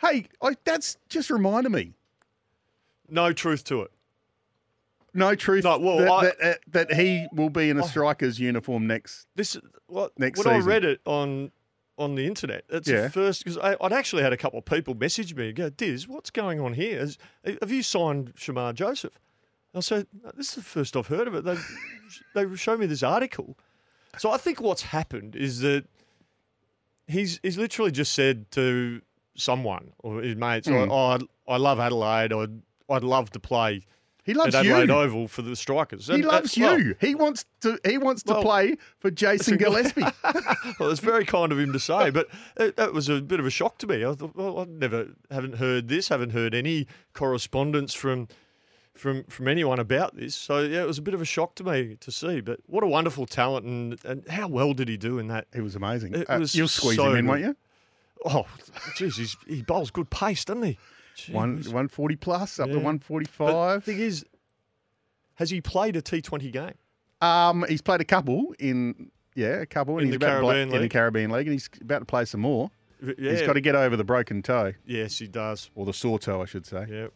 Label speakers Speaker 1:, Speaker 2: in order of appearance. Speaker 1: Hey, I, that's just reminded me.
Speaker 2: No truth to it.
Speaker 1: No truth.
Speaker 2: No, well,
Speaker 1: that,
Speaker 2: I-
Speaker 1: that, that, that he will be in a striker's uniform next.
Speaker 2: This what
Speaker 1: Next
Speaker 2: when
Speaker 1: season.
Speaker 2: I read it on on the internet. That's
Speaker 1: Yeah.
Speaker 2: the first because I'd actually had a couple of people message me and go, "Diz, what's going on here? Is- have you signed Shamar Joseph?" And I said, "No, "This is the first I've heard of it." They they showed me this article, so I think what's happened is that he's he's literally just said to someone or his mates,
Speaker 1: Mm.
Speaker 2: "Oh, I, I love Adelaide. I'd I'd love to play
Speaker 1: He loves
Speaker 2: at Adelaide
Speaker 1: you.
Speaker 2: Oval for the Strikers."
Speaker 1: He
Speaker 2: And-
Speaker 1: loves
Speaker 2: well,
Speaker 1: you. He wants to. He wants to
Speaker 2: Well,
Speaker 1: play for Jason Gillespie.
Speaker 2: well, it's very kind of him to say, but it, it was a bit of a shock to me. I thought, well, I never haven't heard this, haven't heard any correspondence from from from anyone about this. So yeah, it was a bit of a shock to me to see. But what a wonderful talent, and and how well did he do in that?
Speaker 1: He was amazing.
Speaker 2: It
Speaker 1: Uh,
Speaker 2: was
Speaker 1: you'll squeeze
Speaker 2: so
Speaker 1: him in,
Speaker 2: good.
Speaker 1: won't you?
Speaker 2: Oh, jeez, he's- he bowls good pace, doesn't he? Gee
Speaker 1: One
Speaker 2: whiz.
Speaker 1: one forty plus up to
Speaker 2: Yeah.
Speaker 1: one forty
Speaker 2: But
Speaker 1: five.
Speaker 2: thing is, has he played a T Twenty game?
Speaker 1: Um, he's played a couple in yeah, a couple, and
Speaker 2: In
Speaker 1: he's
Speaker 2: the
Speaker 1: about to play- in
Speaker 2: Caribbean
Speaker 1: the
Speaker 2: League?
Speaker 1: Caribbean League, and he's about to play some more.
Speaker 2: Yeah,
Speaker 1: He's got to get over the broken toe
Speaker 2: yes, he does.
Speaker 1: or the sore toe, I should say.
Speaker 2: Yeah,